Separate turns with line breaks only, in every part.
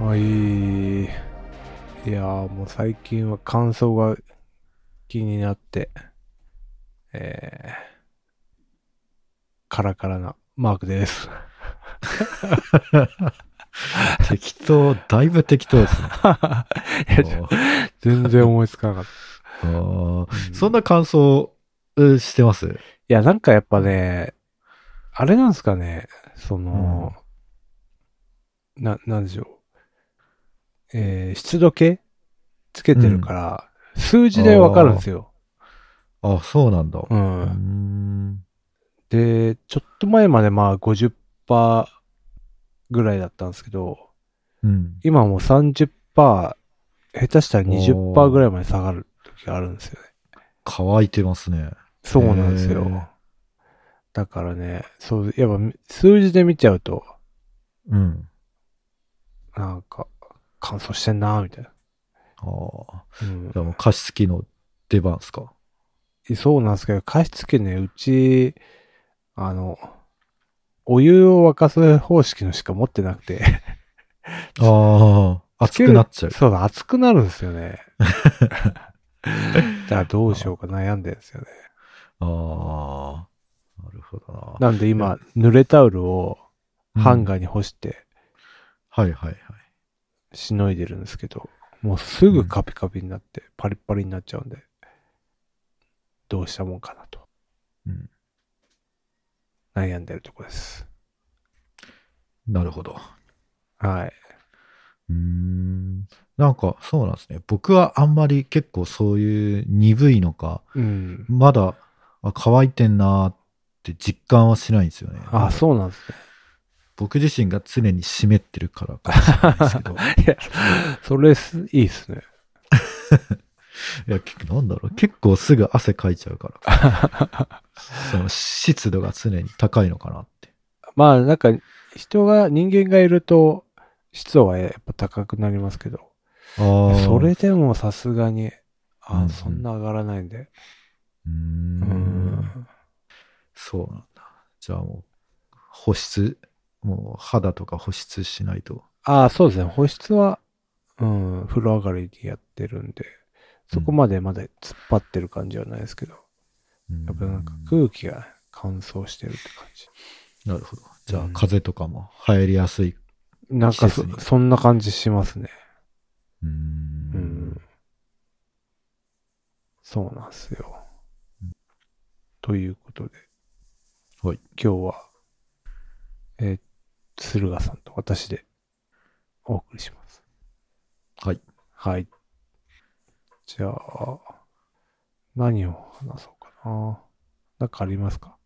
はい。いやー、もう最近は乾燥が気になって、えー、カラカラなマークです。
適当、だいぶ適当 ですね。
いやちょ 全然思いつかなかっ
あー
た。
そん
い
な感想うんしてます
や、なんかやっぱね、あれなんですかね、その、な、なんでしょう。えー、湿度計つけてるから、数字でわかるんですよ。
あ、そうなんだ。
う
うんー。ん。
で、ちょっと前までまあ50%ぐらいだったんですけど、
うん。
今はもう30%、下手したら20%ぐらいまで下がる時があるんですよね。
乾いてますね。
そうなんです
へ
よ
ー。
だからね、そう、やっぱ数字で見ちゃうと、
うん。
なんか乾燥してんなみたいな。
ああ。
うん
じゃあもう加湿器の出番ですか。
そうなんですけど、加湿器ね、うち、あの、お湯を沸かす方式のしか持ってなくて、
ああ。熱くなっちゃう。
そうだ、熱くなるんですよ ね。だからどうしようか悩んでるんですよね。
ああ。なるほど
な
な。
んで今、濡れタオルをハンガーに干して
はいはいはい。
しのいでるんですけど、もうすぐカピカピになって、パリッパリになっちゃうんで、どうしたもんかなと。
うん
悩んでるとこです。
なるほど。
はい。
うーん。なんか、そうなんですね。僕はあんまり結構そういう鈍いのか、
うん。
まだ、あ、乾いてんなーって実感はしないんですよね。
あ、そうなんですね。
僕自身が常に湿ってるからかもしれないですけど。
いや、それす、いいっすね。
いや、結構なんだろう。結構すぐ汗かいちゃうから。その湿度が常に高いのかなって。
まあなんか人が人間がいると湿度はやっぱ高くなりますけど
ああ。
それでもさすがに
うん
あ
うん
そんな上がらないんで
うー。
うんん
そうなんだ。じゃあもう、保湿、もう肌とか保湿しないと。
ああそうですね保湿はうん風呂上がりにやってるんでそこまでまだ突っ張ってる感じはないですけど
や
やっぱなんか空気が乾燥してるって感じ
なるほど。じゃあ、
うん
風邪とかも流行りやすい。
なんか
季
そ
節に
そんな感じしますね
うー
うんん。そうなんですよ。ということで、
はい
今日は、えー鶴ヶさんと私でお送りします。
はい。
はい。じゃあ、何を話そうかな。なんかありますか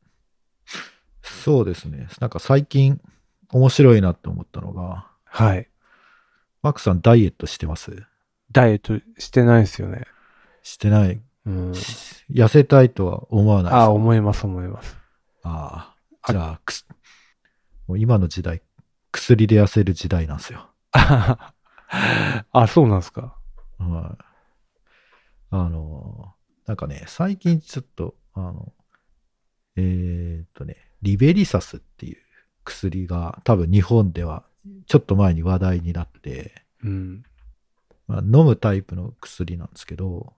そうですね。なんか最近、面白いなって思ったのが、
はい。
マックさんダイエットしてます
ダイエットしてないですよね。
してない、
うん。
し痩せたいとは思わないです
あ、思います思い ます。
あ
あ
あ。じゃあ、くすもう今の時代、薬で痩せる時代なんですよ。
あ、そうなんですか。
はい。あのー、なんかね、最近ちょっと、あの、えーっとね、リベリサスっていう薬が多分日本ではちょっと前に話題になって、
うん。
まあ、飲むタイプの薬なんですけど、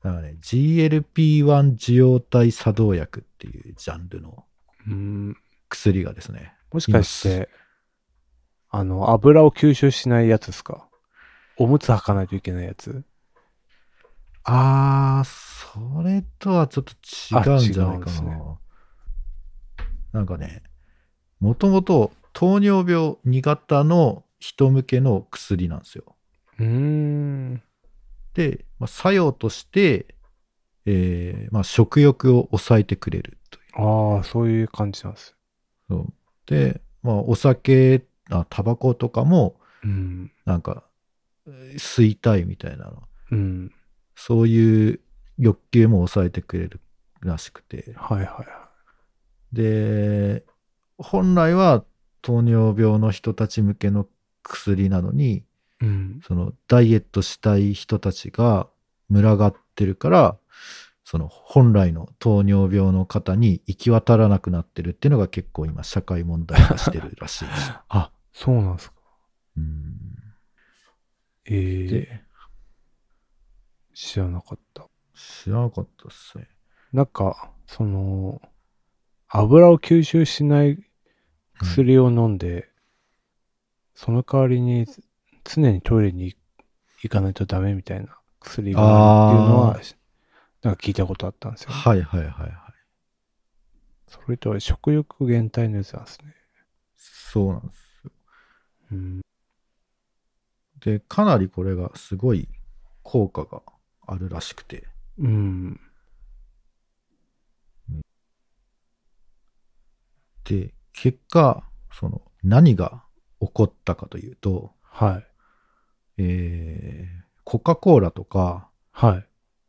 だからね、GLP-1 受容体作動薬っていうジャンルの
うん
薬がですね、
もしかして、あの、油を吸収しないやつですかおむつ履かないといけないやつ
あー、それとはちょっと違うんじゃ
あ違
ない
うんで
か
す
な。
ね
なんかね、もともと糖尿病2型の人向けの薬なんですよ。
うーん。
で、まあ、作用として、えーまあ、食欲を抑えてくれるという
ああ、そういう感じなんです。
そう。で、まあ、お酒、あタバコとかも、
うん。
なんか、えー吸いたいみたいなの。
うん。
そういう欲求も抑えてくれるらしくて。
はいはいはい。
で、本来は糖尿病の人たち向けの薬なのに、
うん。
そのダイエットしたい人たちが群がってるから、その本来の糖尿病の方に行き渡らなくなってるっていうのが結構今社会問題化してるらしいです。
あ、そうなんですか。
ううん。
えー、
で、
知らなかった。
知らなかったっすね。
なんか、その、油を吸収しない薬を飲んで、その代わりに常にトイレに行かないとダメみたいな薬があるっていうの
あ
は、なんか聞いたことあったんですよね、
はいはいはいはい。
それとは食欲減退のやつなんですね。
そうなんですよ。
うん。
で、かなりこれがすごい効果があるらしくて。
うん。
で、結果、その、何が起こったかというと、
はい。
えー、コカ・コーラとか、
はい。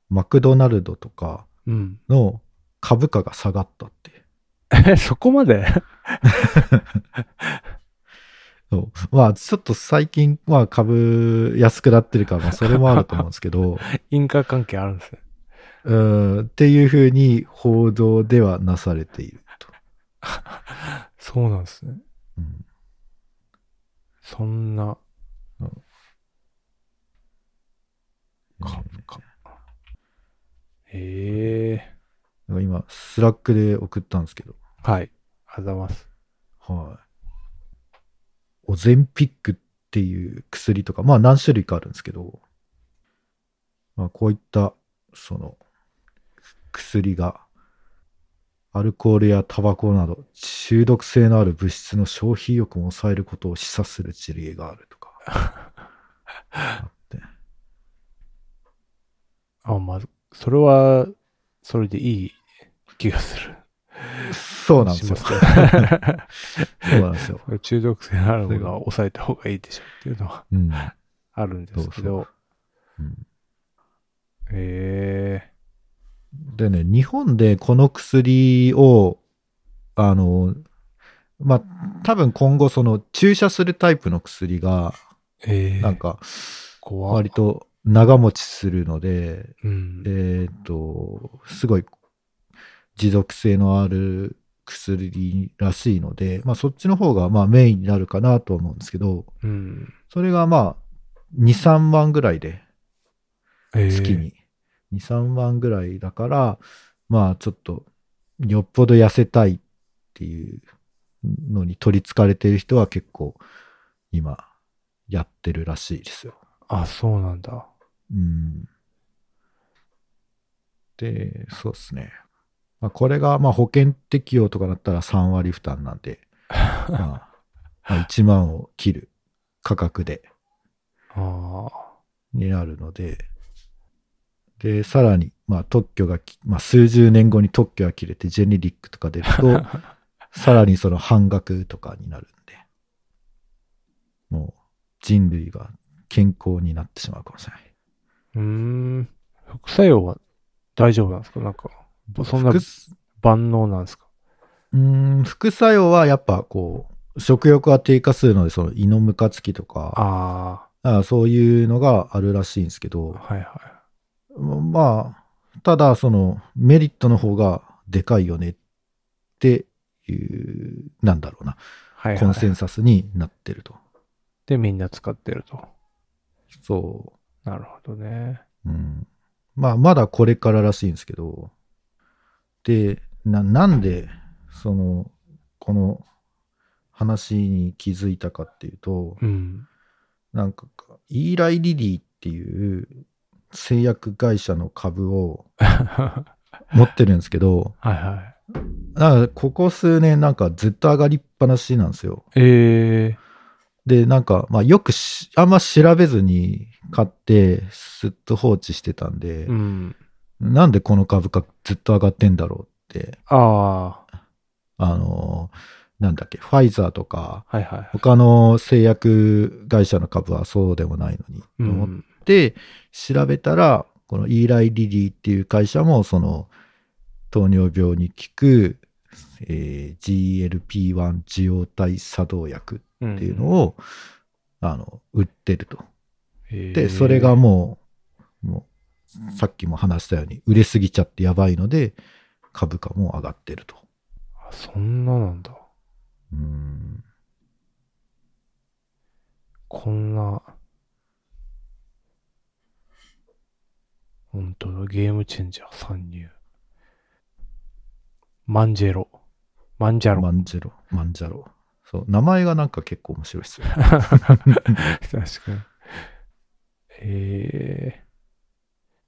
マクドナルドとか
うん。
の株価が下がったって。
え、 そこまで
そうまあ、ちょっと最近、まあ、株安くなってるから、まあ、それもあると思うんですけど、
因果関係あるんですね。
うーん、っていうふうに報道ではなされていると。
そうなんですね。
うん
そんな株価。ええ
なんか今、スラックで送ったんですけど、
はい。ありがとうございます。
はい。オゼンピックっていう薬とか、まあ何種類かあるんですけど、まあこういった、その、薬が、アルコールやタバコなど、中毒性のある物質の消費意欲も抑えることを示唆する事例があると か。あって
あ、まあ、それは、それでいい気がする。
そうなんですよ。
し
そ
ます けど
うなんですよ。
中毒性のあるものは抑えた方がいいでしょっていうのは
うん。
あるんですけど。
うん
ええ
でね、日本でこの薬を、あの、まあ、多分今後その注射するタイプの薬が、
ええ
なんか、
怖
割と長持ちするので、
うん。
えっ、と、すごい持続性のある薬らしいので、まあ、そっちの方がまあメインになるかなと思うんですけど、
うん。
それがまあ、2、3万ぐらいで
ええ
月に2、3万ぐらいだから、まあちょっとよっぽど痩せたいっていうのに取りつかれてる人は結構今やってるらしいですよ。
あ、そうなんだ。
うん。で、そうですね。まあ、これがまあ保険適用とかだったら3割負担なんで、まあ、まあ1万を切る価格で
ああ。
になるので、で、さらに、まあ、特許がき、まあ、数十年後に特許が切れて、ジェネリックとか出る と、さらにその半額とかになるんで、もう、人類が健康になってしまうかもしれない。
うーん。副作用は大丈夫なんですかなんか、そんな
副す
万能なんですか
うーん、副作用はやっぱ、こう、食欲は低下するので、その胃のムカつきとか、
あ
あそういうのがあるらしいんですけ
あ、
ど、
はいはい。
まあ、ただ、その、メリットの方がでかいよねっていう、なんだろうな、
はい
コ
は
ンセ
い。
ンサスになってると。
で、みんな使ってると。
そ
なるほどね。
う。うん。まあ、まだこれかららしいんですけど、で、な、なんで、その、この話に気づいたかっていうと、
うん。
なんか、イーライリリーっていう製薬会社の株を
は
持ってるんですけど、
いは
なんかここ数年なんかずっと上がりっぱなしなんですよ。
い。え
で、なんか、まあよくしあんま調べずに買って、すっと放置してたんで、
ー、うん。
なんでこの株価ずっと上がってんだろうって、
ああ、
あのーなんだっけ、ファイザーとか、
はいはい。
他の製薬会社の株はそうでもないのに、
う
と思っ
ん。
て調べたら、このイーライ・リリーっていう会社も、その、糖尿病に効く、えー GLP-1 受容体作動薬
っ
っていうのを、あの、売ってると。で、
で
それがもう、もう、さっきも話したように、売れすぎちゃってやばいので、株価も上がってると。
そんななんだ。
うん。
ここんな、本当だ、ゲームチェンジャー参入。マンジェロ。マンジャロ。
マンジェロ、マンジャロ。そう、名前がなんか結構面白いですよ。
確かに。ええ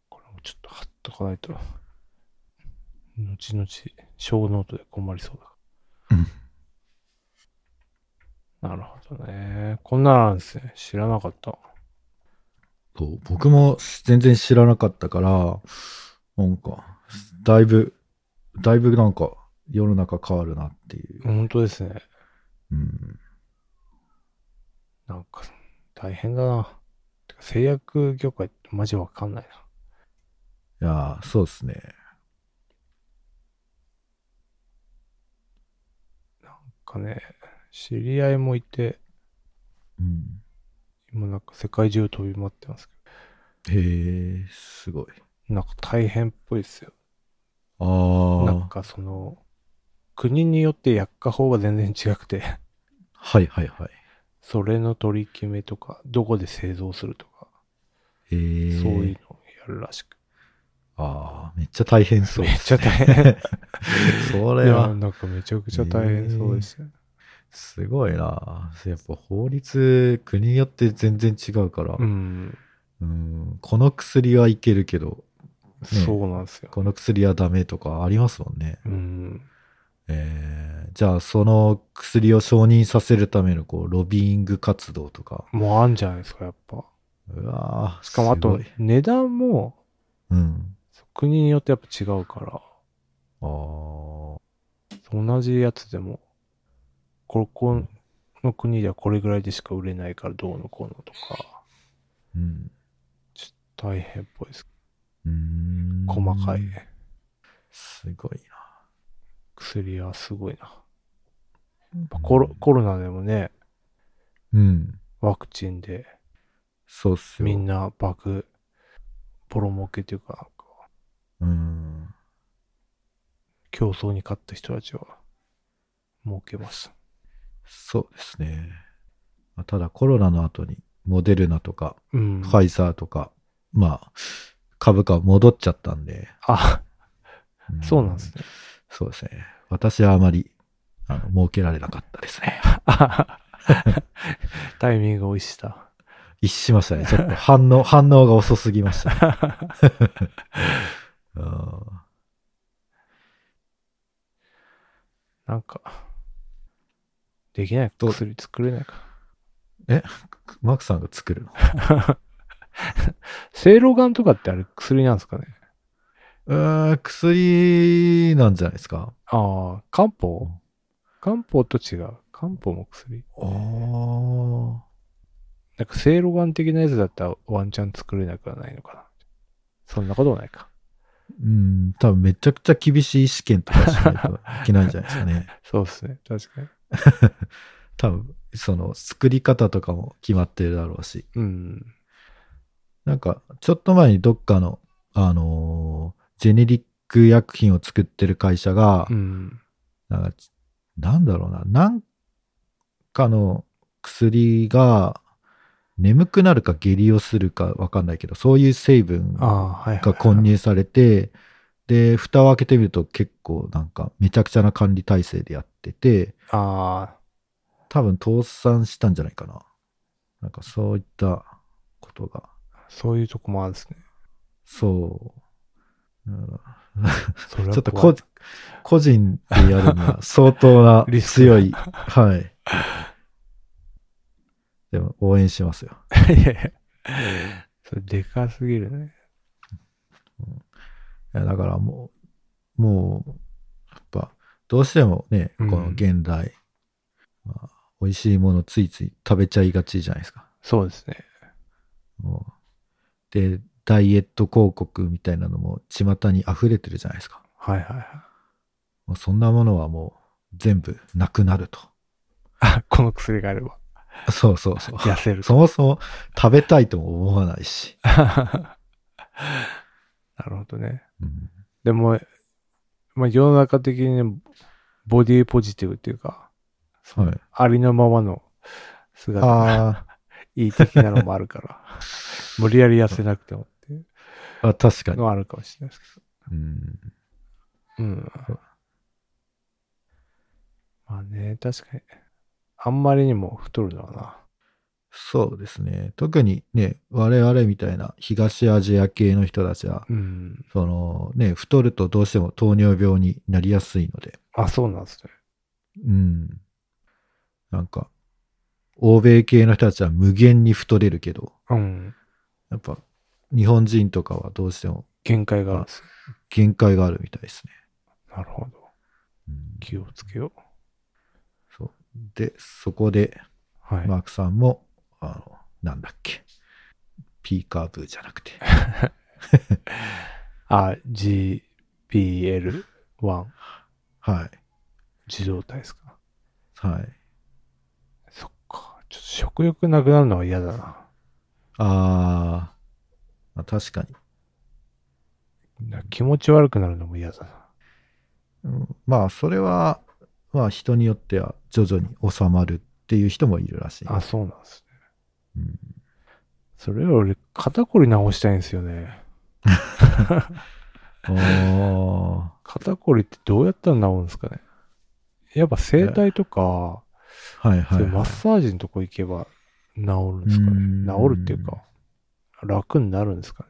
これもちょっと貼っとかないと。後々、小ノートで困りそう
うん
だ。なるほどね。こんなのあるんですね。知らなかった。
そう僕も全然知らなかったから、なんか、だいぶ、だいぶなんか、世の中変わるなっていう。
本当ですね。
うん。
なんか、大変だな。てか製薬業界ってマジわかんない
いやー、そうですね。
な。なんかね、知り合いもいて、
うん。
今なんか世界中飛び回ってますけ
へえ、すごい。
ど、なんか大変っぽいですよ。
あ
なん
あ、
かその、国によって薬価法が全然違くて、
はいはいはい。
それの取り決めとか、どこで製造するとか、
へえ、
そういうのをやるらしく。
ああ、めっちゃ大変そう
め。っちゃ大変。
そ
こ
れは、
なんかめちゃくちゃ大変そうですよね。
すごいな。やっぱ法律、国によって全然違うから、
うん。
うんこの薬はいけるけど、
そうなんですよ。
この薬はダメとかありますもんね。
うん。
えーじゃあ、その薬を承認させるための、こう、ロビーイング活動とか。
もうあんじゃないですか、やっぱ。
うわー
しかもあ
す
と
ごい、
値段も
うん。
国によってやっぱ違うから、
あー
同じやつでも、ここの国ではこれぐらいでしか売れないからどうのこうのとか、
うん。
大変っぽいです。
うーん
細かい。
すごい
薬はすごいな。
な。
コロコロナでもね、
うん。
ワクチンで
そうっすよ。
みんな爆、ボロ儲けというか、なんか
うん。
競争に勝った人たちは儲けました。
そうですね。まあただコロナの後にモデルナとか
うん。
ファイザーとか、まあ、株価戻っちゃったんで。
あ、そうなんですすね。
そうですね。私はあまり、あの、儲けられなかったですね。
あタイミングを逸した。
一しましたね。ちょっと反 応、反応が遅すぎましたね、 うん
なんか、できない
どう
薬作れないか。
マークさんが作るの。
せいろがんとかってあれ薬なんですかね
うーん、薬なんじゃないですか。
ああ、漢方漢方と違う。漢方も薬。
あー
なんか、せいろがん的なやつだったらワンチャン作れなくはないのかな。そんなことはないか。
うん、多分めちゃくちゃ厳しい試験とかしないといけないんじゃないですか ね。
そうですね。確かに。
多分、その作り方とかも決まってるだろうし。
うん。
なんか、ちょっと前にどっかの、あのージェネリック薬品を作ってる会社が、
うん。
なんかなんだろうな、なんかの薬が、眠くなるか下痢をするかわかんないけど、そういう成分
あ
が
あ、はいはい、はい。
混入されて、で、蓋を開けてみると結構なんかめちゃくちゃな管理体制でやってて、
あ
多分倒産したんじゃないかな。なんかそういったことが
あ、そういうとこもあるんですね。
そう。うん
それは
ちょっと
怖
こ
い
個人でやる には相当な
リスク
強い。はい。でも応援しますよ。
いやいやそれでかすぎるね。
いやだからもう、もう、やっぱ、どうしてもね、こ
うん
の現代、まあ美味しいものついつい食べちゃいがちじゃないですか。
そうですね。
もうで、ダイエット広告みたいなのも巷に溢れてるじゃないですか。
はいはいはい。
もうそんなものはもう全部なくな ると。
あ、この薬があれば
そうそうそう。
痩せる。
そもそも食べたいとも思わないし。
なるほどね。
うん
でも、まあ、世の中的にねボディポジティブっていうか、
はい、
ありのままの姿が
ああ、
いい的なのもあるから。 無理やり痩せなくてもっていう
あ、確かに。
のはあるかもしれないですけ
うん。
ど。うん。まあね、確かに。あんまりにも太るのはな。
そうですね。特にね、我々みたいな東アジア系の人たちは、
うん。
そのね、太るとどうしても糖尿病になりやすいので、
あ、そうなんですね。
うん。なんか、欧米系の人たちは無限に太れるけど、
うん。
やっぱ日本人とかはどうしても
限界があるんですね。
限界があるみたいですね。
なるほど。
うん
気をつけよう。
そうで、そこで、
はい。
マークさんも、あの、なんだっけ、ピーカーブーじゃなくて、
あ、GPL1
はい、
受動体ですか。
はい。
そっか。ちょっと食欲なくなるのは嫌だな。
あー、まあ、確かに。
な気持ち悪くなるのも嫌だな。
うんまあ、それは、まあ、人によっては徐々に収まるっていう人もいるらしい。
あ、そうなんですね。
うん
それより俺、肩こり直したいんですよね。
あ
肩こりってどうやったら治るんですかね。やっぱ整体とか、
ー、はいは
そうい
い、
うマ
は
ッ
い。
サージのとこ行けば治るんですか
う
ね。
ー
治
ん
るっていうか、楽になるんですかね。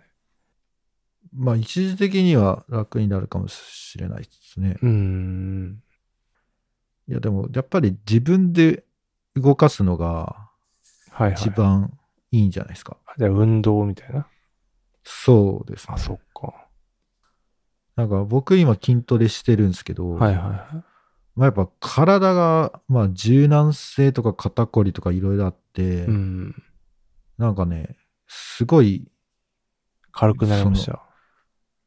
まあ、一時的には楽になるかもしれないですね。
うーん。
いや、でも、やっぱり自分で動かすのが
はいはい。
一番いいんじゃないですか。
あじゃあ運動みたいな。
そうですね
あ、。そっか。
なんか僕今筋トレしてるんですけど、
はいはいはい。
まあ、やっぱ体が、まあ、柔軟性とか肩こりとかいろいろあって、
うん。
なんかね、すごい、
軽くなりました。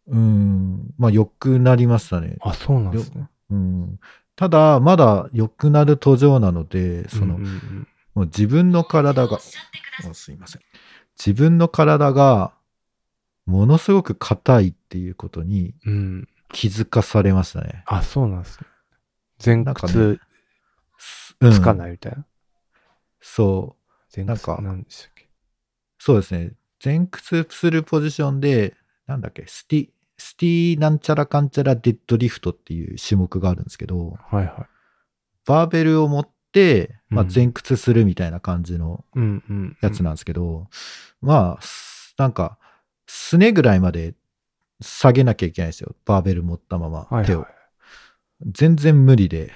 うん、まあ良くなりましたね。
あ、そうなんですね。
うん、ただ、まだ良くなる途上なので、その、
うんうんうん
もう自分の体が、あすいません。自分の体が、ものすごく硬いっていうことに
うん。
気づかされましたね。
あ、そうなんですね。前
なんか
屈
うん
つかないみたいな。
そう。
前
なん
屈
か
なんでしたっけ。
そうですね。前屈するポジションで、なんだっけ、スティ、スティなんちゃらかんちゃらデッドリフトっていう種目があるんですけど、
はいはい。
バーベルを持って、まあ、
うん
前屈するみたいな感じの
うんうん。
やつなんですけど、まあ、すなんか、すねぐらいまで下げなきゃいけないんですよ。バーベル持ったまま、
はいはい
手を。全然無 理で、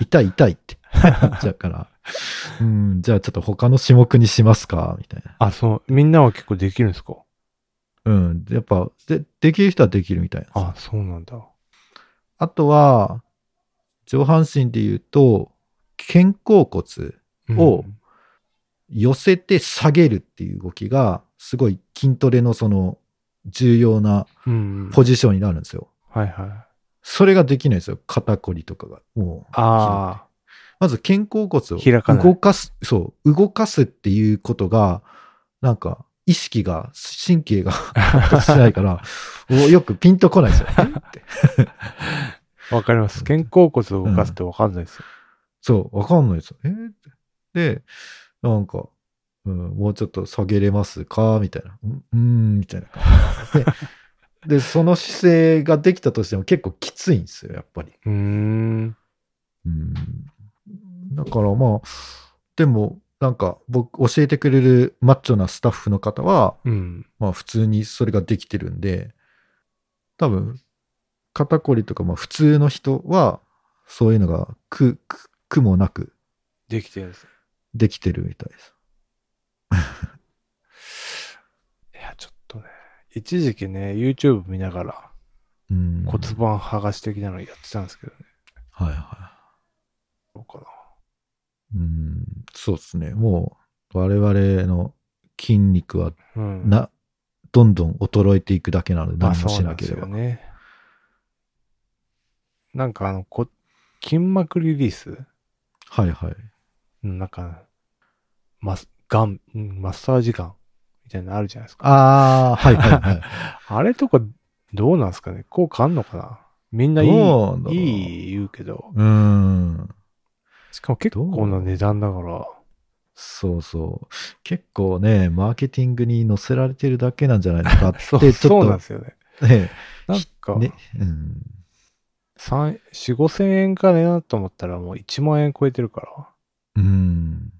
痛い痛いってなっちゃうから、うん、じゃあちょっと他の種目にしますか、みたいな。
あ、そう。みんなは結構できるんですか
うん。やっぱ、で、できる人はできるみたいなんです
あ、
よ。
そうなんだ。
あとは、上半身で言うと、肩甲骨、
うん
お寄せて下げるっていう動きが、すごい筋トレのその、重要な
うんうん。
ポジションになるんですよ。
はいはい。
それができないんですよ。肩こりとかが。もう、
あ
まず肩甲骨
開かな
を
い
動かす、そう、動かすっていうことが、なんか、意識が、神経が発達しないから、もうよくピンとこないですよ。えって
あ。わかります。肩甲骨を動かすってわかんないですよ。
そう、わかんないですよ。えーってで、なんか、うん、もうちょっと下げれますかみたいな。うんうーん、みたいな感じで。で、その姿勢ができたとしても結構きついんですよ、やっぱり。
うーん。
うん。だからまあ、でも、なんか、僕、教えてくれるマッチョなスタッフの方は、
うん。
まあ、普通にそれができてるんで、多分、肩こりとか、まあ、普通の人は、そういうのが苦、苦苦もなく
できてるんです。
できてるみたいです。
いや、ちょっとね。一時期ね、YouTube 見ながら
うん
骨盤剥がし的なのやってたんですけどね。
はいは
どうかな。
い。うん、そうですね。もう、我々の筋肉は、
うん。
な、どんどん衰えていくだけなので、何もしなけれ
まあ
ば。
そうなんですよね。なんかあの、こ筋膜リリース
はいはい。
なんか、マス、ガン、うんマッサージガンみたいなのあるじゃないですか。
ああ、はいはいはい。
あれとかどうなんですかね効果あんのかなみん ないい、
どうだろう
いい言うけど。
うーん。
しかも結構な値段だから、
そうそう。結構ね、マーケティングに載せられてるだけなんじゃないのかって、ち ょ
そう、
っ
そうなん
と
ですよね。
ね、
なんか、
ね、うん。
三4、5千円かねなと思ったらもう1万円超えてるから。
うん。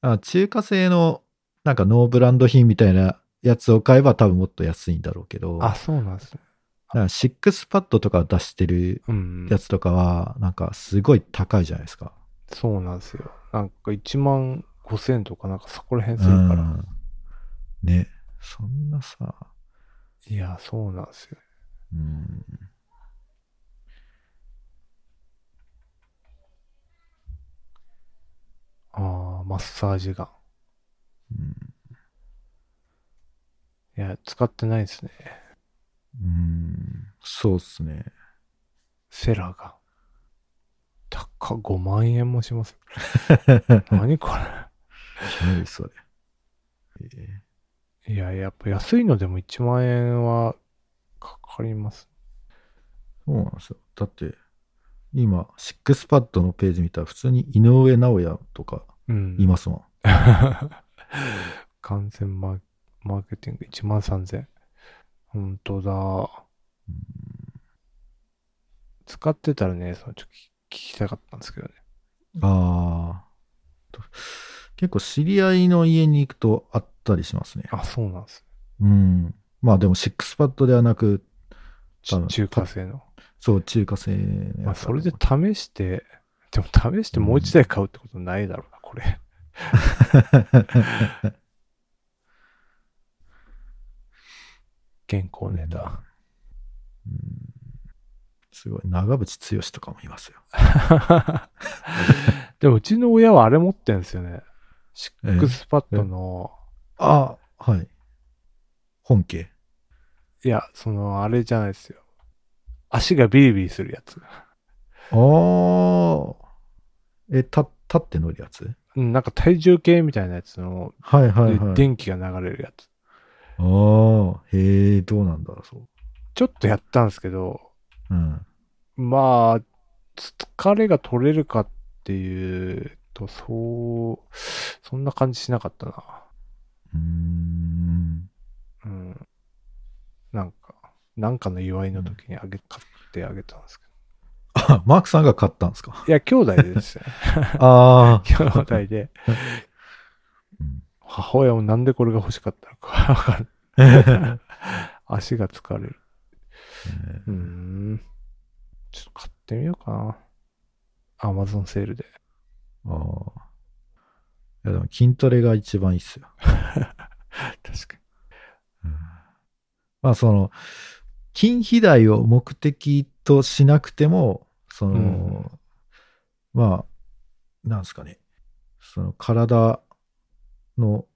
あ中華製の、なんかノーブランド品みたいなやつを買えば多分もっと安いんだろうけど、
あ、そうなんですね。
なんかシックスパッドとか出してる
うん。
やつとかは、なんかすごい高いじゃないですか。
そうなんですよ。なんか1万5千とかなんかそこら辺
う
するから。
ん。ね。そんなさ、
いや、そうなんですよ。
うん。
ああ、マッサージガン。
うん
いや、使ってないですね。
うん。そうっ すね。
セラが。高っ5万円もしますよ。何こ
何それ。えー
れ。いや、やっぱ安いのでも1万円はかかります。
そうなんですよ。だって、今、シックスパッドのページ見たら、普通に井上尚弥とか
うん。
いますもん。
完全マーマーケティング1万3000。本当だ。使ってたらね、そのちょっと聞き聞きたかったんですけどね。
ああ。と結構、知り合いの家に行くとあったりしますね。
あ、そうなんです。
うん。まあ、でも、シックスパッドではなく、多
ち
分
中華製の。
そう、中華製の
ま
や
あ、
つ
そ
だと思
れ
う
で試して、でも試してもう一台買うってことないだろうな、これ。健康ネタ。
うんすごい、長渕剛とかもいますよ。
でもうちの親はあれ持ってんですよね。シックスパッドの、
ああ、はい。本家。
いや、その、あれじゃないですよ。足がビリビリするやつ。
ああ。え、た立って乗るやつ
うんなんか体重計みたいなやつの、
はい
で
はいはい。
電気が流れるやつ。
ああ、へえ、どうなんだろう、そう。
ちょっとやったんですけど、
うん。
まあ、疲れが取れるかっていうと、そう、そんな感じしなかったな。
うーん。
うん。なんか、なんかの祝いの時にあげ、買ってあげたんですけど。
あ、マークさんが買ったんで すか。
いや、兄弟で ですね。
ああ。
兄弟で。
うん
母親もなんでこれが欲しかったのか わかんない。足が疲れる。うーん。ちょっと買ってみようかな。アマゾンセールで。
ああ。いや、でも筋トレが一番いいっすよ。
確か
うんまあ、その、筋肥大を目的としなくても、その、
うん
まあ、なんですかね、その体の、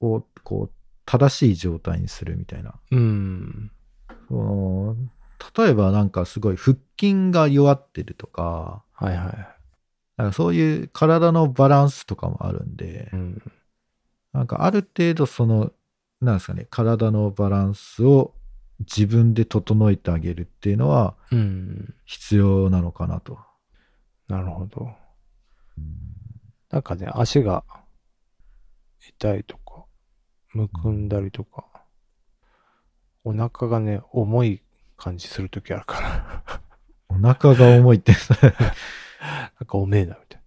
を、こう、正しい状態にするみたいな。
に。うん。
その例えばなんかすごい腹筋が弱ってるとか、
はいは
なんかそういう体のバランスとかもあるんで
い。う、ん。
なんかある程度その、なんですかね、体のバランスを自分で整えてあげるっていうのは
うん。
必要なのかなと。
なるほど。なんかね、足が痛いとか、むくんだりとか、お腹がね、重い感じするときあるから、
お腹が重いって、
なんか重えな、みたい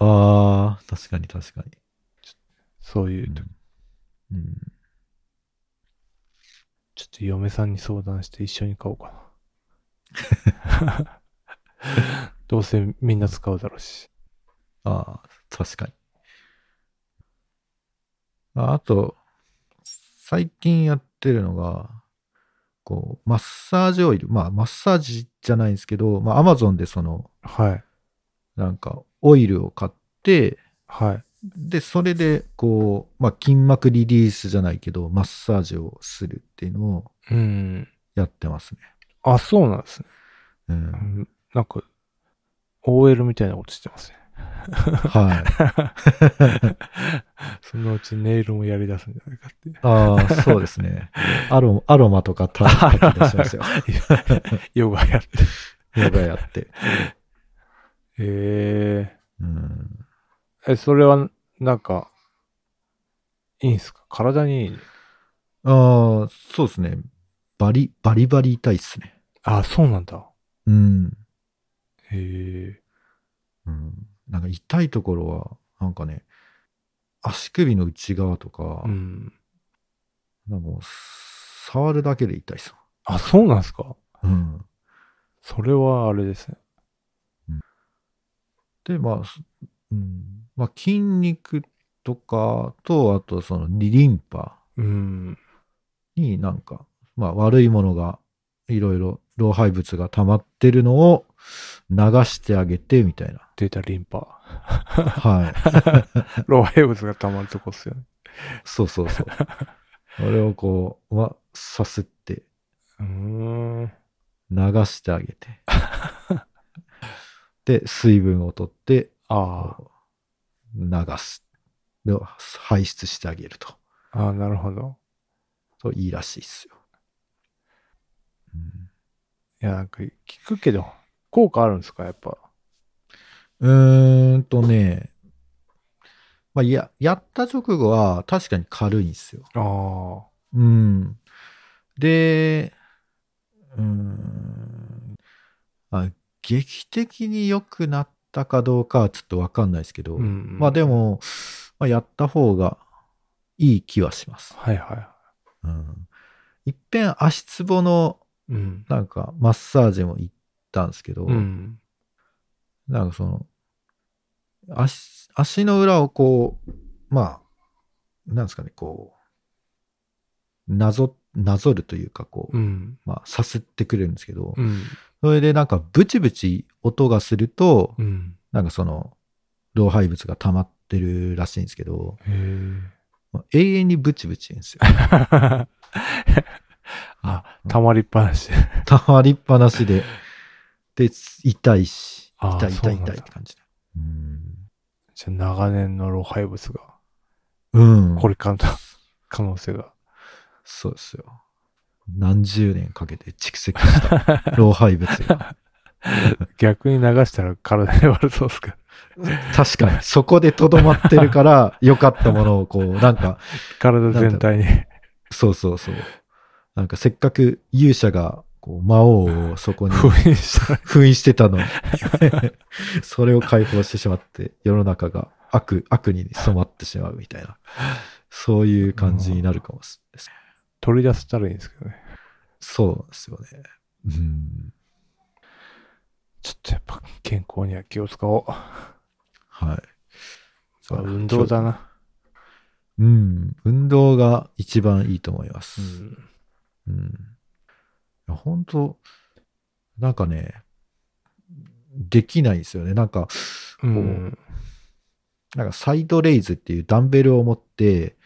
な。
ああ、確かに確かに。
そういうとき、
うん
ちょっと嫁さんに相談して一緒に買おうかな。どうせみんな使うだろうし。
ああ、確かに。ああと、最近やってるのが、こう、マッサージオイル。まあ、マッサージじゃないんですけど、まあ、アマゾンでその、
はい。
なんか、オイルを買って、
はい。
で、それで、こう、まあ、筋膜リリースじゃないけど、マッサージをするっていうのを
うん。
やってますね。
あ、そうなんですね。
う。
うんんなんか、OL みたいなことしてますね。
は い。
そのうちネイルもやり出すんじゃないかって。
ああ、そうですね。アロアロマとかタンとか出しますよ。
ヨガやって。
ヨガやって。
へ
うん。
え。え、それはなんか、いいんすか体にいい。
ああ、そうですね。バリ、バリバリ痛いっすね。
あ、そうなんだ。
うん。
へえ。
うん。なんか痛いところは、なんかね、足首の内側とか、
うん。
なんかもう、触るだけで痛いっす。
あ、そうなんすか
うん。
それはあれですね。
で、まあ、すうん、まあ、筋肉とかと、あとそのリンパ
うん。
になんか、まあ、悪いものが、いろいろ老廃物が溜まってるのを流してあげて、みたいな。
出たリンパ。
はい。
老廃物が溜まるとこっすよね。
そうそうそう。あれをこう、ま、さすって、
うーん。
流してあげ て。で、水分を取って、
あ
こう流す。で、排出してあげると。
あ。ああ、なるほど。
といいらしいっすよ。うん
いや、なんか聞くけど、効果あるんですかやっぱ。
うーんとね、まあ、や、やった直後は確かに軽いんですよ。
ああ。
うん。で、うーん、あ劇的に良くなったかどうかはちょっとわかんないですけど、
うん。
まあでも、まあ、やった方がいい気はします。
はいは
うん。いっぺん足つぼの
い。うん。
なんかマッサージも行ったんですけど、
うん。
なんかその、足、足の裏をこう、まあ、なんですかね、こう、なぞ、なぞるというか、こう、
うん。
まあ、さすってくれるんですけど、
うん。
それでなんか、ブチブチ音がすると、
うん。
なんかその、老廃物が溜まってるらしいんですけど、
へえ。
まあ永遠にブチブチ言うんですよ。
あ、溜まりっぱなし。
溜まりっぱなしで、で、痛いし、
あー
痛い
そうない
痛
んだ
痛いって感じで。うん。
じゃあ長年の老廃物が、
うん。
これかな、可能性が。
そうですよ。何十年かけて蓄積した老廃物 が。
逆に流したら体に悪そうっすか
確かに、そこでとどまってるから、良かったものをこう、なんか、
体全体に。
そうそうそう。なんかせっかく勇者が、こう、魔王をそこに
封印したら。
封印してたのに、 それを解放してしまって、世の中が悪、悪に染まってしまうみたいな、そういう感じになるかもしれないです。
取り出せたらいいんですけどね。
そうなんですよね。うん。
ちょっとやっぱ健康には気を使おう。
はい。
まあ運動だな。
うん、運動が一番いいと思いま
う
す。うん
ん。
いや本当なんかね、できないんですよね。なんか、
うん。
なんかサイドレイズっていうダンベルを持って、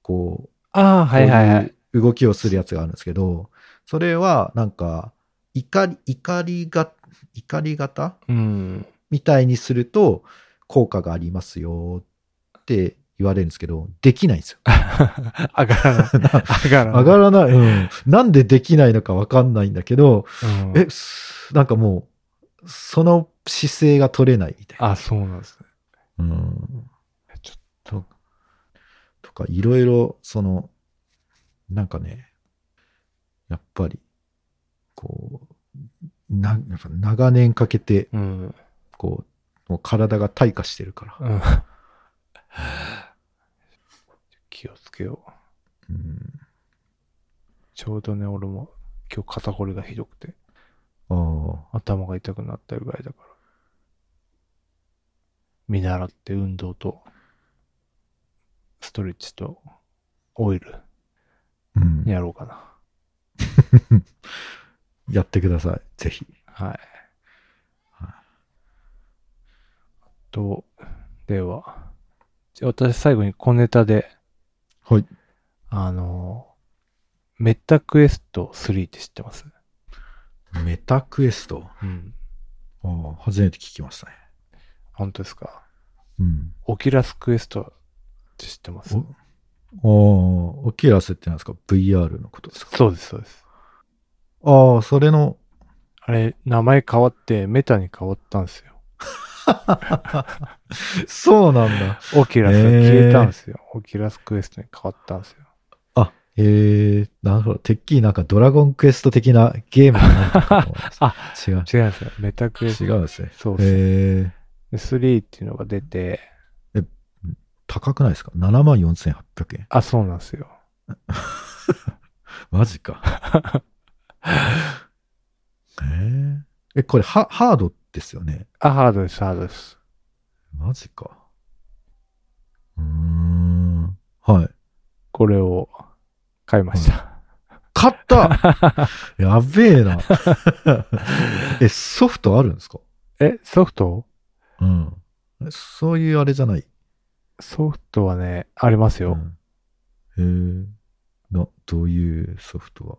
こう、
ああ、はいはいはい。
こういう動きをするやつがあるんですけど、それはなんか、怒り、怒りが、怒り型
うん。
みたいにすると効果がありますよって言われるんですけど、できないんですよ。
上がらない。上がらない。
上がらない。うん。なんでできないのかわかんないんだけど、
うん
え、すなんかもう、その姿勢が取れないみたいな。
あ、そうなんですね。
うん。
ちょっ
と、とか、いろいろ、その、なんかね、やっぱり、こう、な、やっぱ長年かけて、
と。うん。
こう、もう体が退化してるから。
うん。 気をつけよう。
うん。
ちょうどね、俺も今日肩こりがひどくて、
ああ、
頭が痛くなったぐらいだから。見習って運動と、ストレッチと、オイル、
うん。
やろうかな。
やってください。ぜひ。
はい。
はい
と、では、じゃあ私最後に小ネタで、
はい。
あの、メッタクエスト3って知ってます
メタクエスト。
うん。
ああ、初めて聞きましたね。
本当ですか
うん。
オキュラスクエストって知ってます
おああ、オキュラスってなんですか ?VR のことですか
そうです、そうです。
ああ、それの、
あれ、名前変わってメタに変わったんですよ。
そうなんだ。
オキュラスが消えたんですよ。オキュラスクエストに変わったんですよ。
あ、えー、なるほど。てっきりなんかドラゴンクエスト的なゲームじゃないのかと思いまし た
あ、
違う。
違うんですよ。メタクエス
違
ト。
うんですね。
そうです、
えー、
で3っていうのが出て、
高くないですか ?7 万4800円。
あ、そうなんですよ。
マジか。 えー、え、これハ、ハードですよね。
あ、ハードです、ハードです。
マジか。うーん。はい。
これを買いました。
買った やべえな。 え、ソフトあるんですか
え、ソフト
うん。そういうあれじゃない。
ソフトはね、ありますよ。
うん、へえ。な、どういうソフトは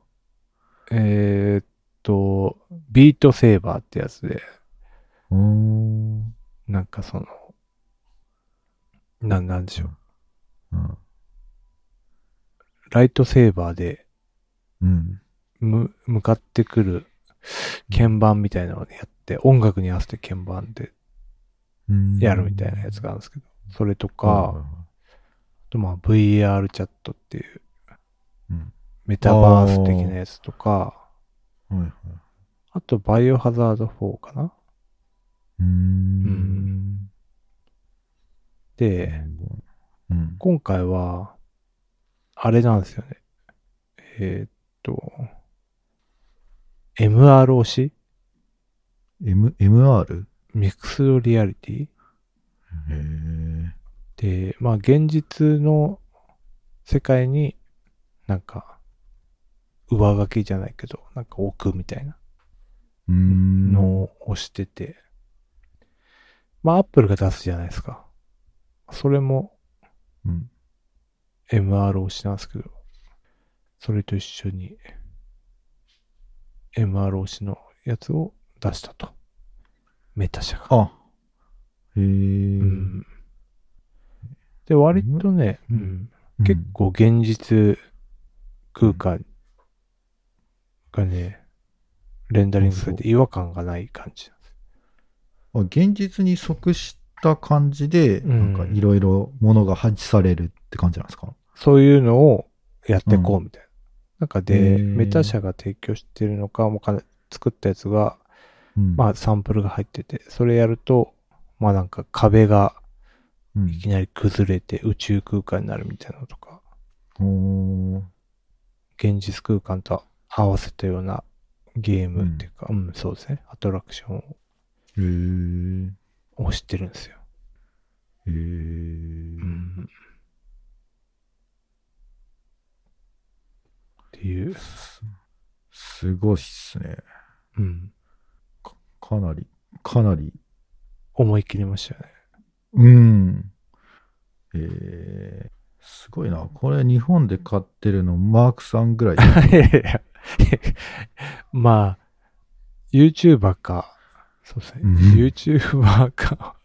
えーっと、ビートセーバーってやつで、
うーん。
なんかその、なん、なんでしょう。
うん。
ライトセーバーで、
うん。
む、向かってくる鍵盤みたいなのをやって、音楽に合わせて鍵盤で
うん
やるみたいなやつがあるんですけど、それと
はい
か、あとまあ VR チャットっていう
うん
メタバース的なやつとか、
はいはい。
あとバイオハザード4かなう
うー。
んで、
うん。
今回は、あれなんですよね。えーっと、MROC?
M、MR?
ミックスドリアリティ
へえ。
で、まあ現実の世界になんか上書きじゃないけど、なんか置くみたいな
うーん。
のを押してて、まあアップルが出すじゃないですか。それも
うん。
MR 押しなんですけど、それと一緒に MR 押しのやつを出したと。メタ社が。
あ。へえ。
うんで、割とね、
うん
うん結構現実空間がね、レンダリングされて違和感がない感じ。
あ現実に即した感じで、
うん
なんかいろいろものが配置されるって感じなんですか
そういうのをやってこうみたいな。なんか
へ
で、
ー
メタ社が提供してるのか、もうかな作ったやつが、
うん
まあサンプルが入ってて、それやると、まあなんか壁が
うん
いきなり崩れて宇宙空間になるみたいなのとか、
おー
現実空間と合わせたようなゲームっていうか、うん、そうですね。アトラクション
へー
を押してるんですよ。
へ
う
ー
ん。っていう、
すすごいっすね。
うん。
かかなり、かなり
思い切りましたよね。
うん。えー、すごいな。これ日本で買ってるのマークさんぐらい。
いやいやいや まあ、YouTuber か、そうですね。
うん
YouTuber か、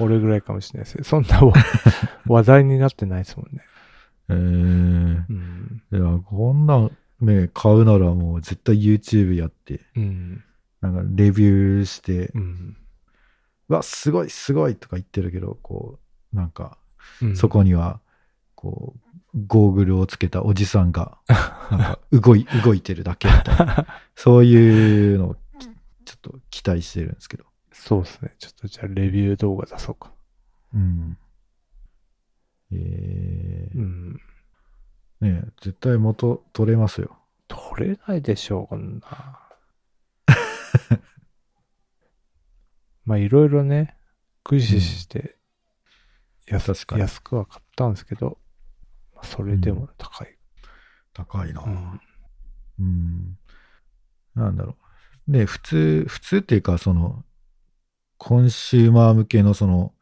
俺ぐらいかもしれないですね。そんな わ話題になってないですもんね。
えー、
うん。
いや、こんなんね、買うならもう絶対 YouTube やって、
うん。
なんかレビューして、
うん。
うわ、すごいすごいとか言ってるけど、こう、なんか、
うん
そこには、こう、ゴーグルをつけたおじさんが、なんか動い、 動いてるだけみたい な。そういうのをきちょっと期待してるんですけど。
そうですね。ちょっとじゃあレビュー動画出そうか。
うん。えー
うん。
ねえ絶対元取れますよ。
取れないでしょう、こんな。 まあ、いろいろね、駆使して、安
確かに
安くは買ったんですけど、まあそれでも高い。
高いな。
う
うん。
ん。
なんだろう。ねえ普通、普通っていうか、その、コンシューマー向けの、その、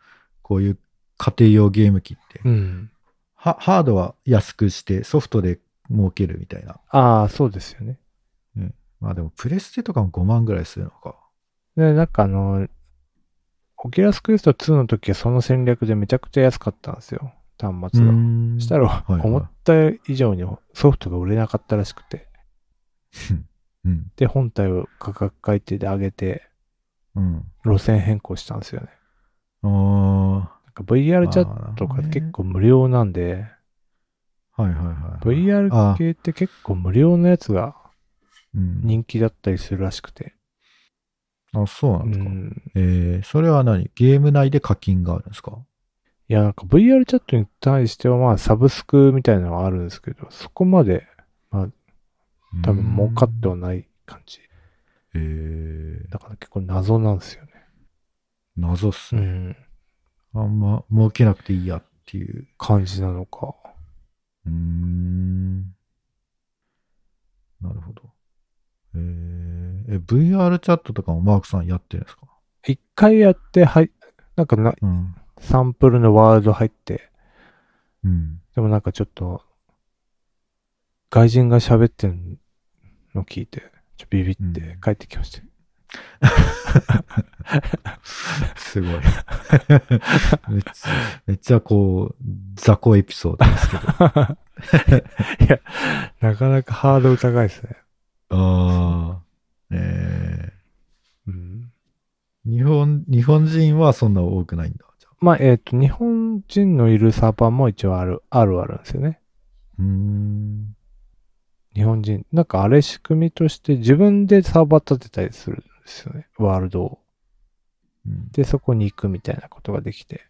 こういう家庭用ゲーム機って、
うん。
はハードは安くして、ソフトで儲けるみたいな。
ああ、そうですよね。
まあでも、プレステとかも5万ぐらいするのか。
で、なんかあの、オキュラスクエスト2の時はその戦略でめちゃくちゃ安かったんですよ、端末が。
ん
したら、
いはい
思った以上にソフトが売れなかったらしくて。
うん。
で、本体を価格改定で上げて、
うん。
路線変更したんですよね。か VR チャット
まあなるほど
が
ね
結構無料なんで、
はいはいはいはい。
VR
あ
系って結構無料のやつが
うん、
人気だったりするらしくて。
あ、そうな
うん
ですか。
ん。
えー、それは何ゲーム内で課金があるんですか
いや、なんか VR チャットに対してはまあサブスクみたいなのはあるんですけど、そこまで多分儲かってはない感じ。
えー、
だから結構謎なんですよね。
謎っす
う
ね。
ん。
あんま儲けなくていいやっていう。
感じなのか。
うーん。なるほど。えー、え、VR チャットとかもマークさんやってるんですか
一回やって、はい、なんかな、
うん。
サンプルのワールド入って、
うん。
でもなんかちょっと、外人が喋ってんの聞いて、ちょっとビビって帰ってきました。
すごい。めっちゃ、めっちゃこう、雑魚エピソー ドですけど。
なかなかハードル高いですね。
ああ。え
うん、
ー、日本、日本人はそんな多くないんだ。じゃあ
まあ、えっ、と、日本人のいるサーバーも一応ある、あるあるんですよね。
うーん。
日本人。なんかあれ仕組みとして自分でサーバー立てたりするんですよね。ワールドを。
うん
で、そこに行くみたいなことができて。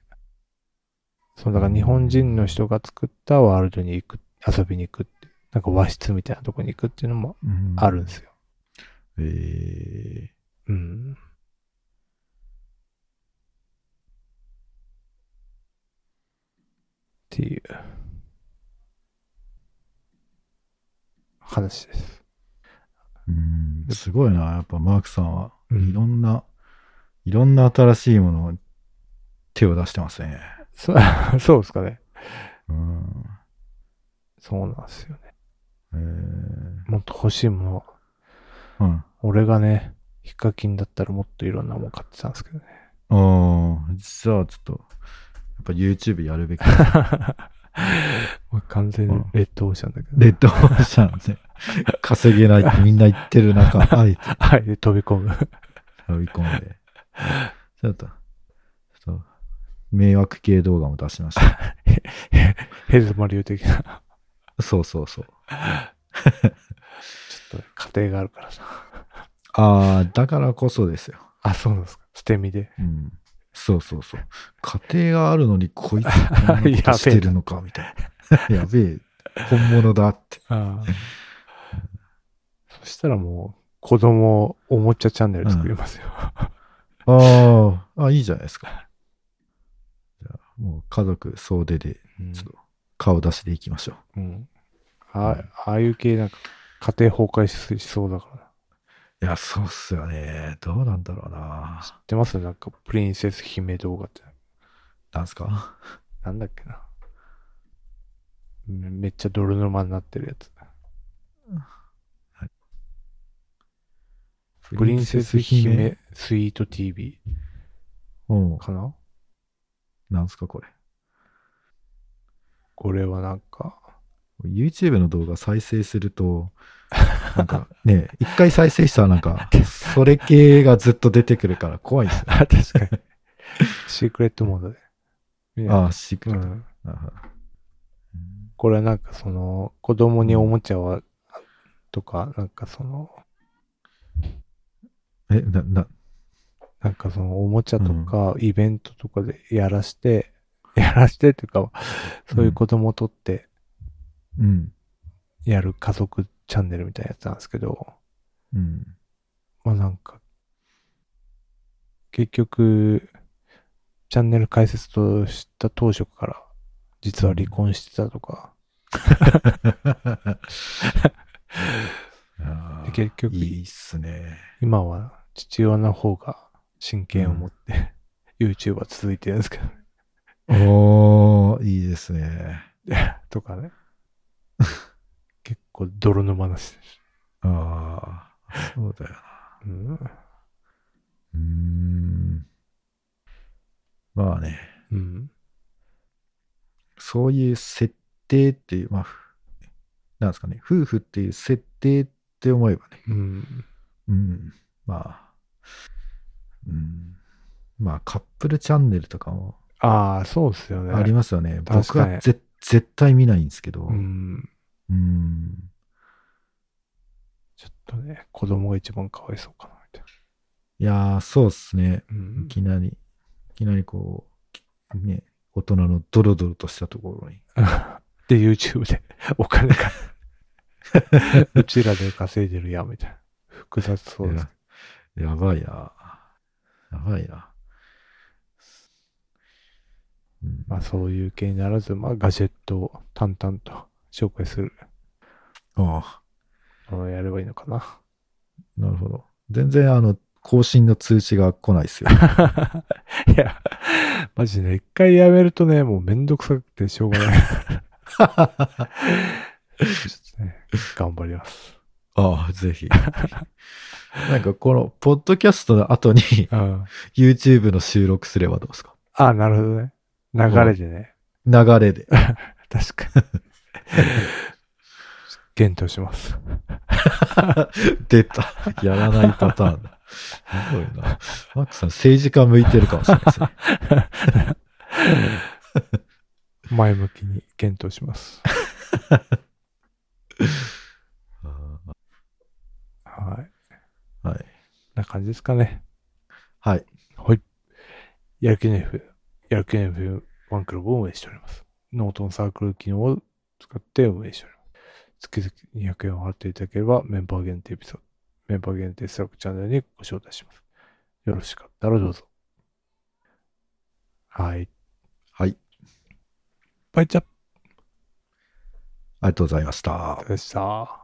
そう、だから日本人の人が作ったワールドに行く、遊びに行くって、なんか和室みたいなとこに行くっていうのも
うん
あるんですよ。
えー、
うん。っていう話です。
うん、すごいな、やっぱマークさんは。
うん
いろんな、いろんな新しいものを手を出してますね。
そ そうですかね。
うん。
そうなんですよね。
えー
もっと欲しいもの
うん。
俺がね、ヒカキンだったらもっといろんなもん買ってたんですけどね。
ああ、じゃあちょっと、やっぱ YouTube やるべき。
もう完全にレッドオーシャンだけど、
レッドオーシャンで稼げないってみんな言ってる 中、あえて
はい、で飛び込む。
飛び込んで。ちょっと、ちょっと、迷惑系動画も出しました。
ヘズマ流的な。
そうそうそう。
ちょっとね、家庭があるからさ。
ああ、だからこそですよ。
あ、そうなんですか。捨て身で。
うん。そうそうそう。家庭があるのにこいつこ んなことしてるのかみたい な。やべえ、本物だって。
ああ。そしたらもう、子供おもちゃチャンネル作りますよ。
ああ、あ、いいじゃないですか。じゃあ、もう家族総出で、
うん
ちょっと顔出しでいきましょう。
うんあああいう系なんか、家庭崩壊ししそうだから。
いや、そうっすよね。どうなんだろうな
知。ってますなんか、プリンセス姫動画って。
なんすか
なんだっけな。めめっちゃ泥沼になってるやつ。 プリンセス姫スイート TV
うん。
かな
なんすか、これ。
これはなんか、
YouTube の動画再生すると、なんかね、一回再生したらなんか、それ系がずっと出てくるから怖いんですよ。
あ、 確かに。シークレットモードで。みたいな
ああ、シーク
う
レット。
ん。
なるほど
これはなんかその、子供におもちゃは、とか、なんかその、
え、な、な、
なんかそのおもちゃとかイベントとかでやらして、 やらしてっていうか、そういう子供を取って
うん、
やる家族チャンネルみたいなやつなんですけど、
うん。
まあなんか、結局、チャンネル開設とした当初から、実は離婚してたとか、
あー
結局
いいっすね。
今は父親の方が親権を持って、YouTube は続いてるんですけど、
おー、いいですね。
とかね。結構泥沼なしです。
ああ、そうだよな。
うん。
うーん。まあね、
うん。
そういう設定っていう、まあ、ふなんですかね、夫婦っていう設定って思えばね、
うん。
うん、まあ、うん、まあ、カップルチャンネルとかも、
ああ、そうですよね。
ありますよね。
かに
僕はぜ絶対見ないんですけど。
うん。
うん
ちょっとね、子供が一番かわいそうかな、みたい
いやー、そうっすね。
な。うん
い。きなり、いきなりこう、ね、大人のドロドロとしたところに。
で、YouTube でお金が うちらで稼いでるやん、みたいな。複雑そうです。
ややばいな。やばいな。うん
まあ、そういう系にならず、まあ、ガジェットを淡々と紹介する
あ
のをやればいいのかな。
あ、なるほど。全然、あの、更新の通知が来ないですよ。
いや、マジね、一回やめるとね、もうめんどくさくてしょうがない。ちょっとね、頑張ります。
ああ、ぜひ。 なんかこの、ポッドキャストの後に
うん。
YouTube の収録すればどうですか
あ、なるほどね。流れでね。
流れ で。
確かに。検討します。
出た。やらないパターンだ。すごいな。マックさん、政治家向いてるかもしれないですね。
前向きに検討し ます。はい。
はい。
な感じですかね。
はい。
はい。やる気の F、やる気の F ワンクラブを運営しております。ノートのサークル機能を使って運営しております。月々200円を払っていただければメンバー限定エピソード、メンバー限定スラックチャンネルにご招待します。よろしかったらどうぞ。はい。
はい。
バイチャッ
ありがとうございました
プ。でした。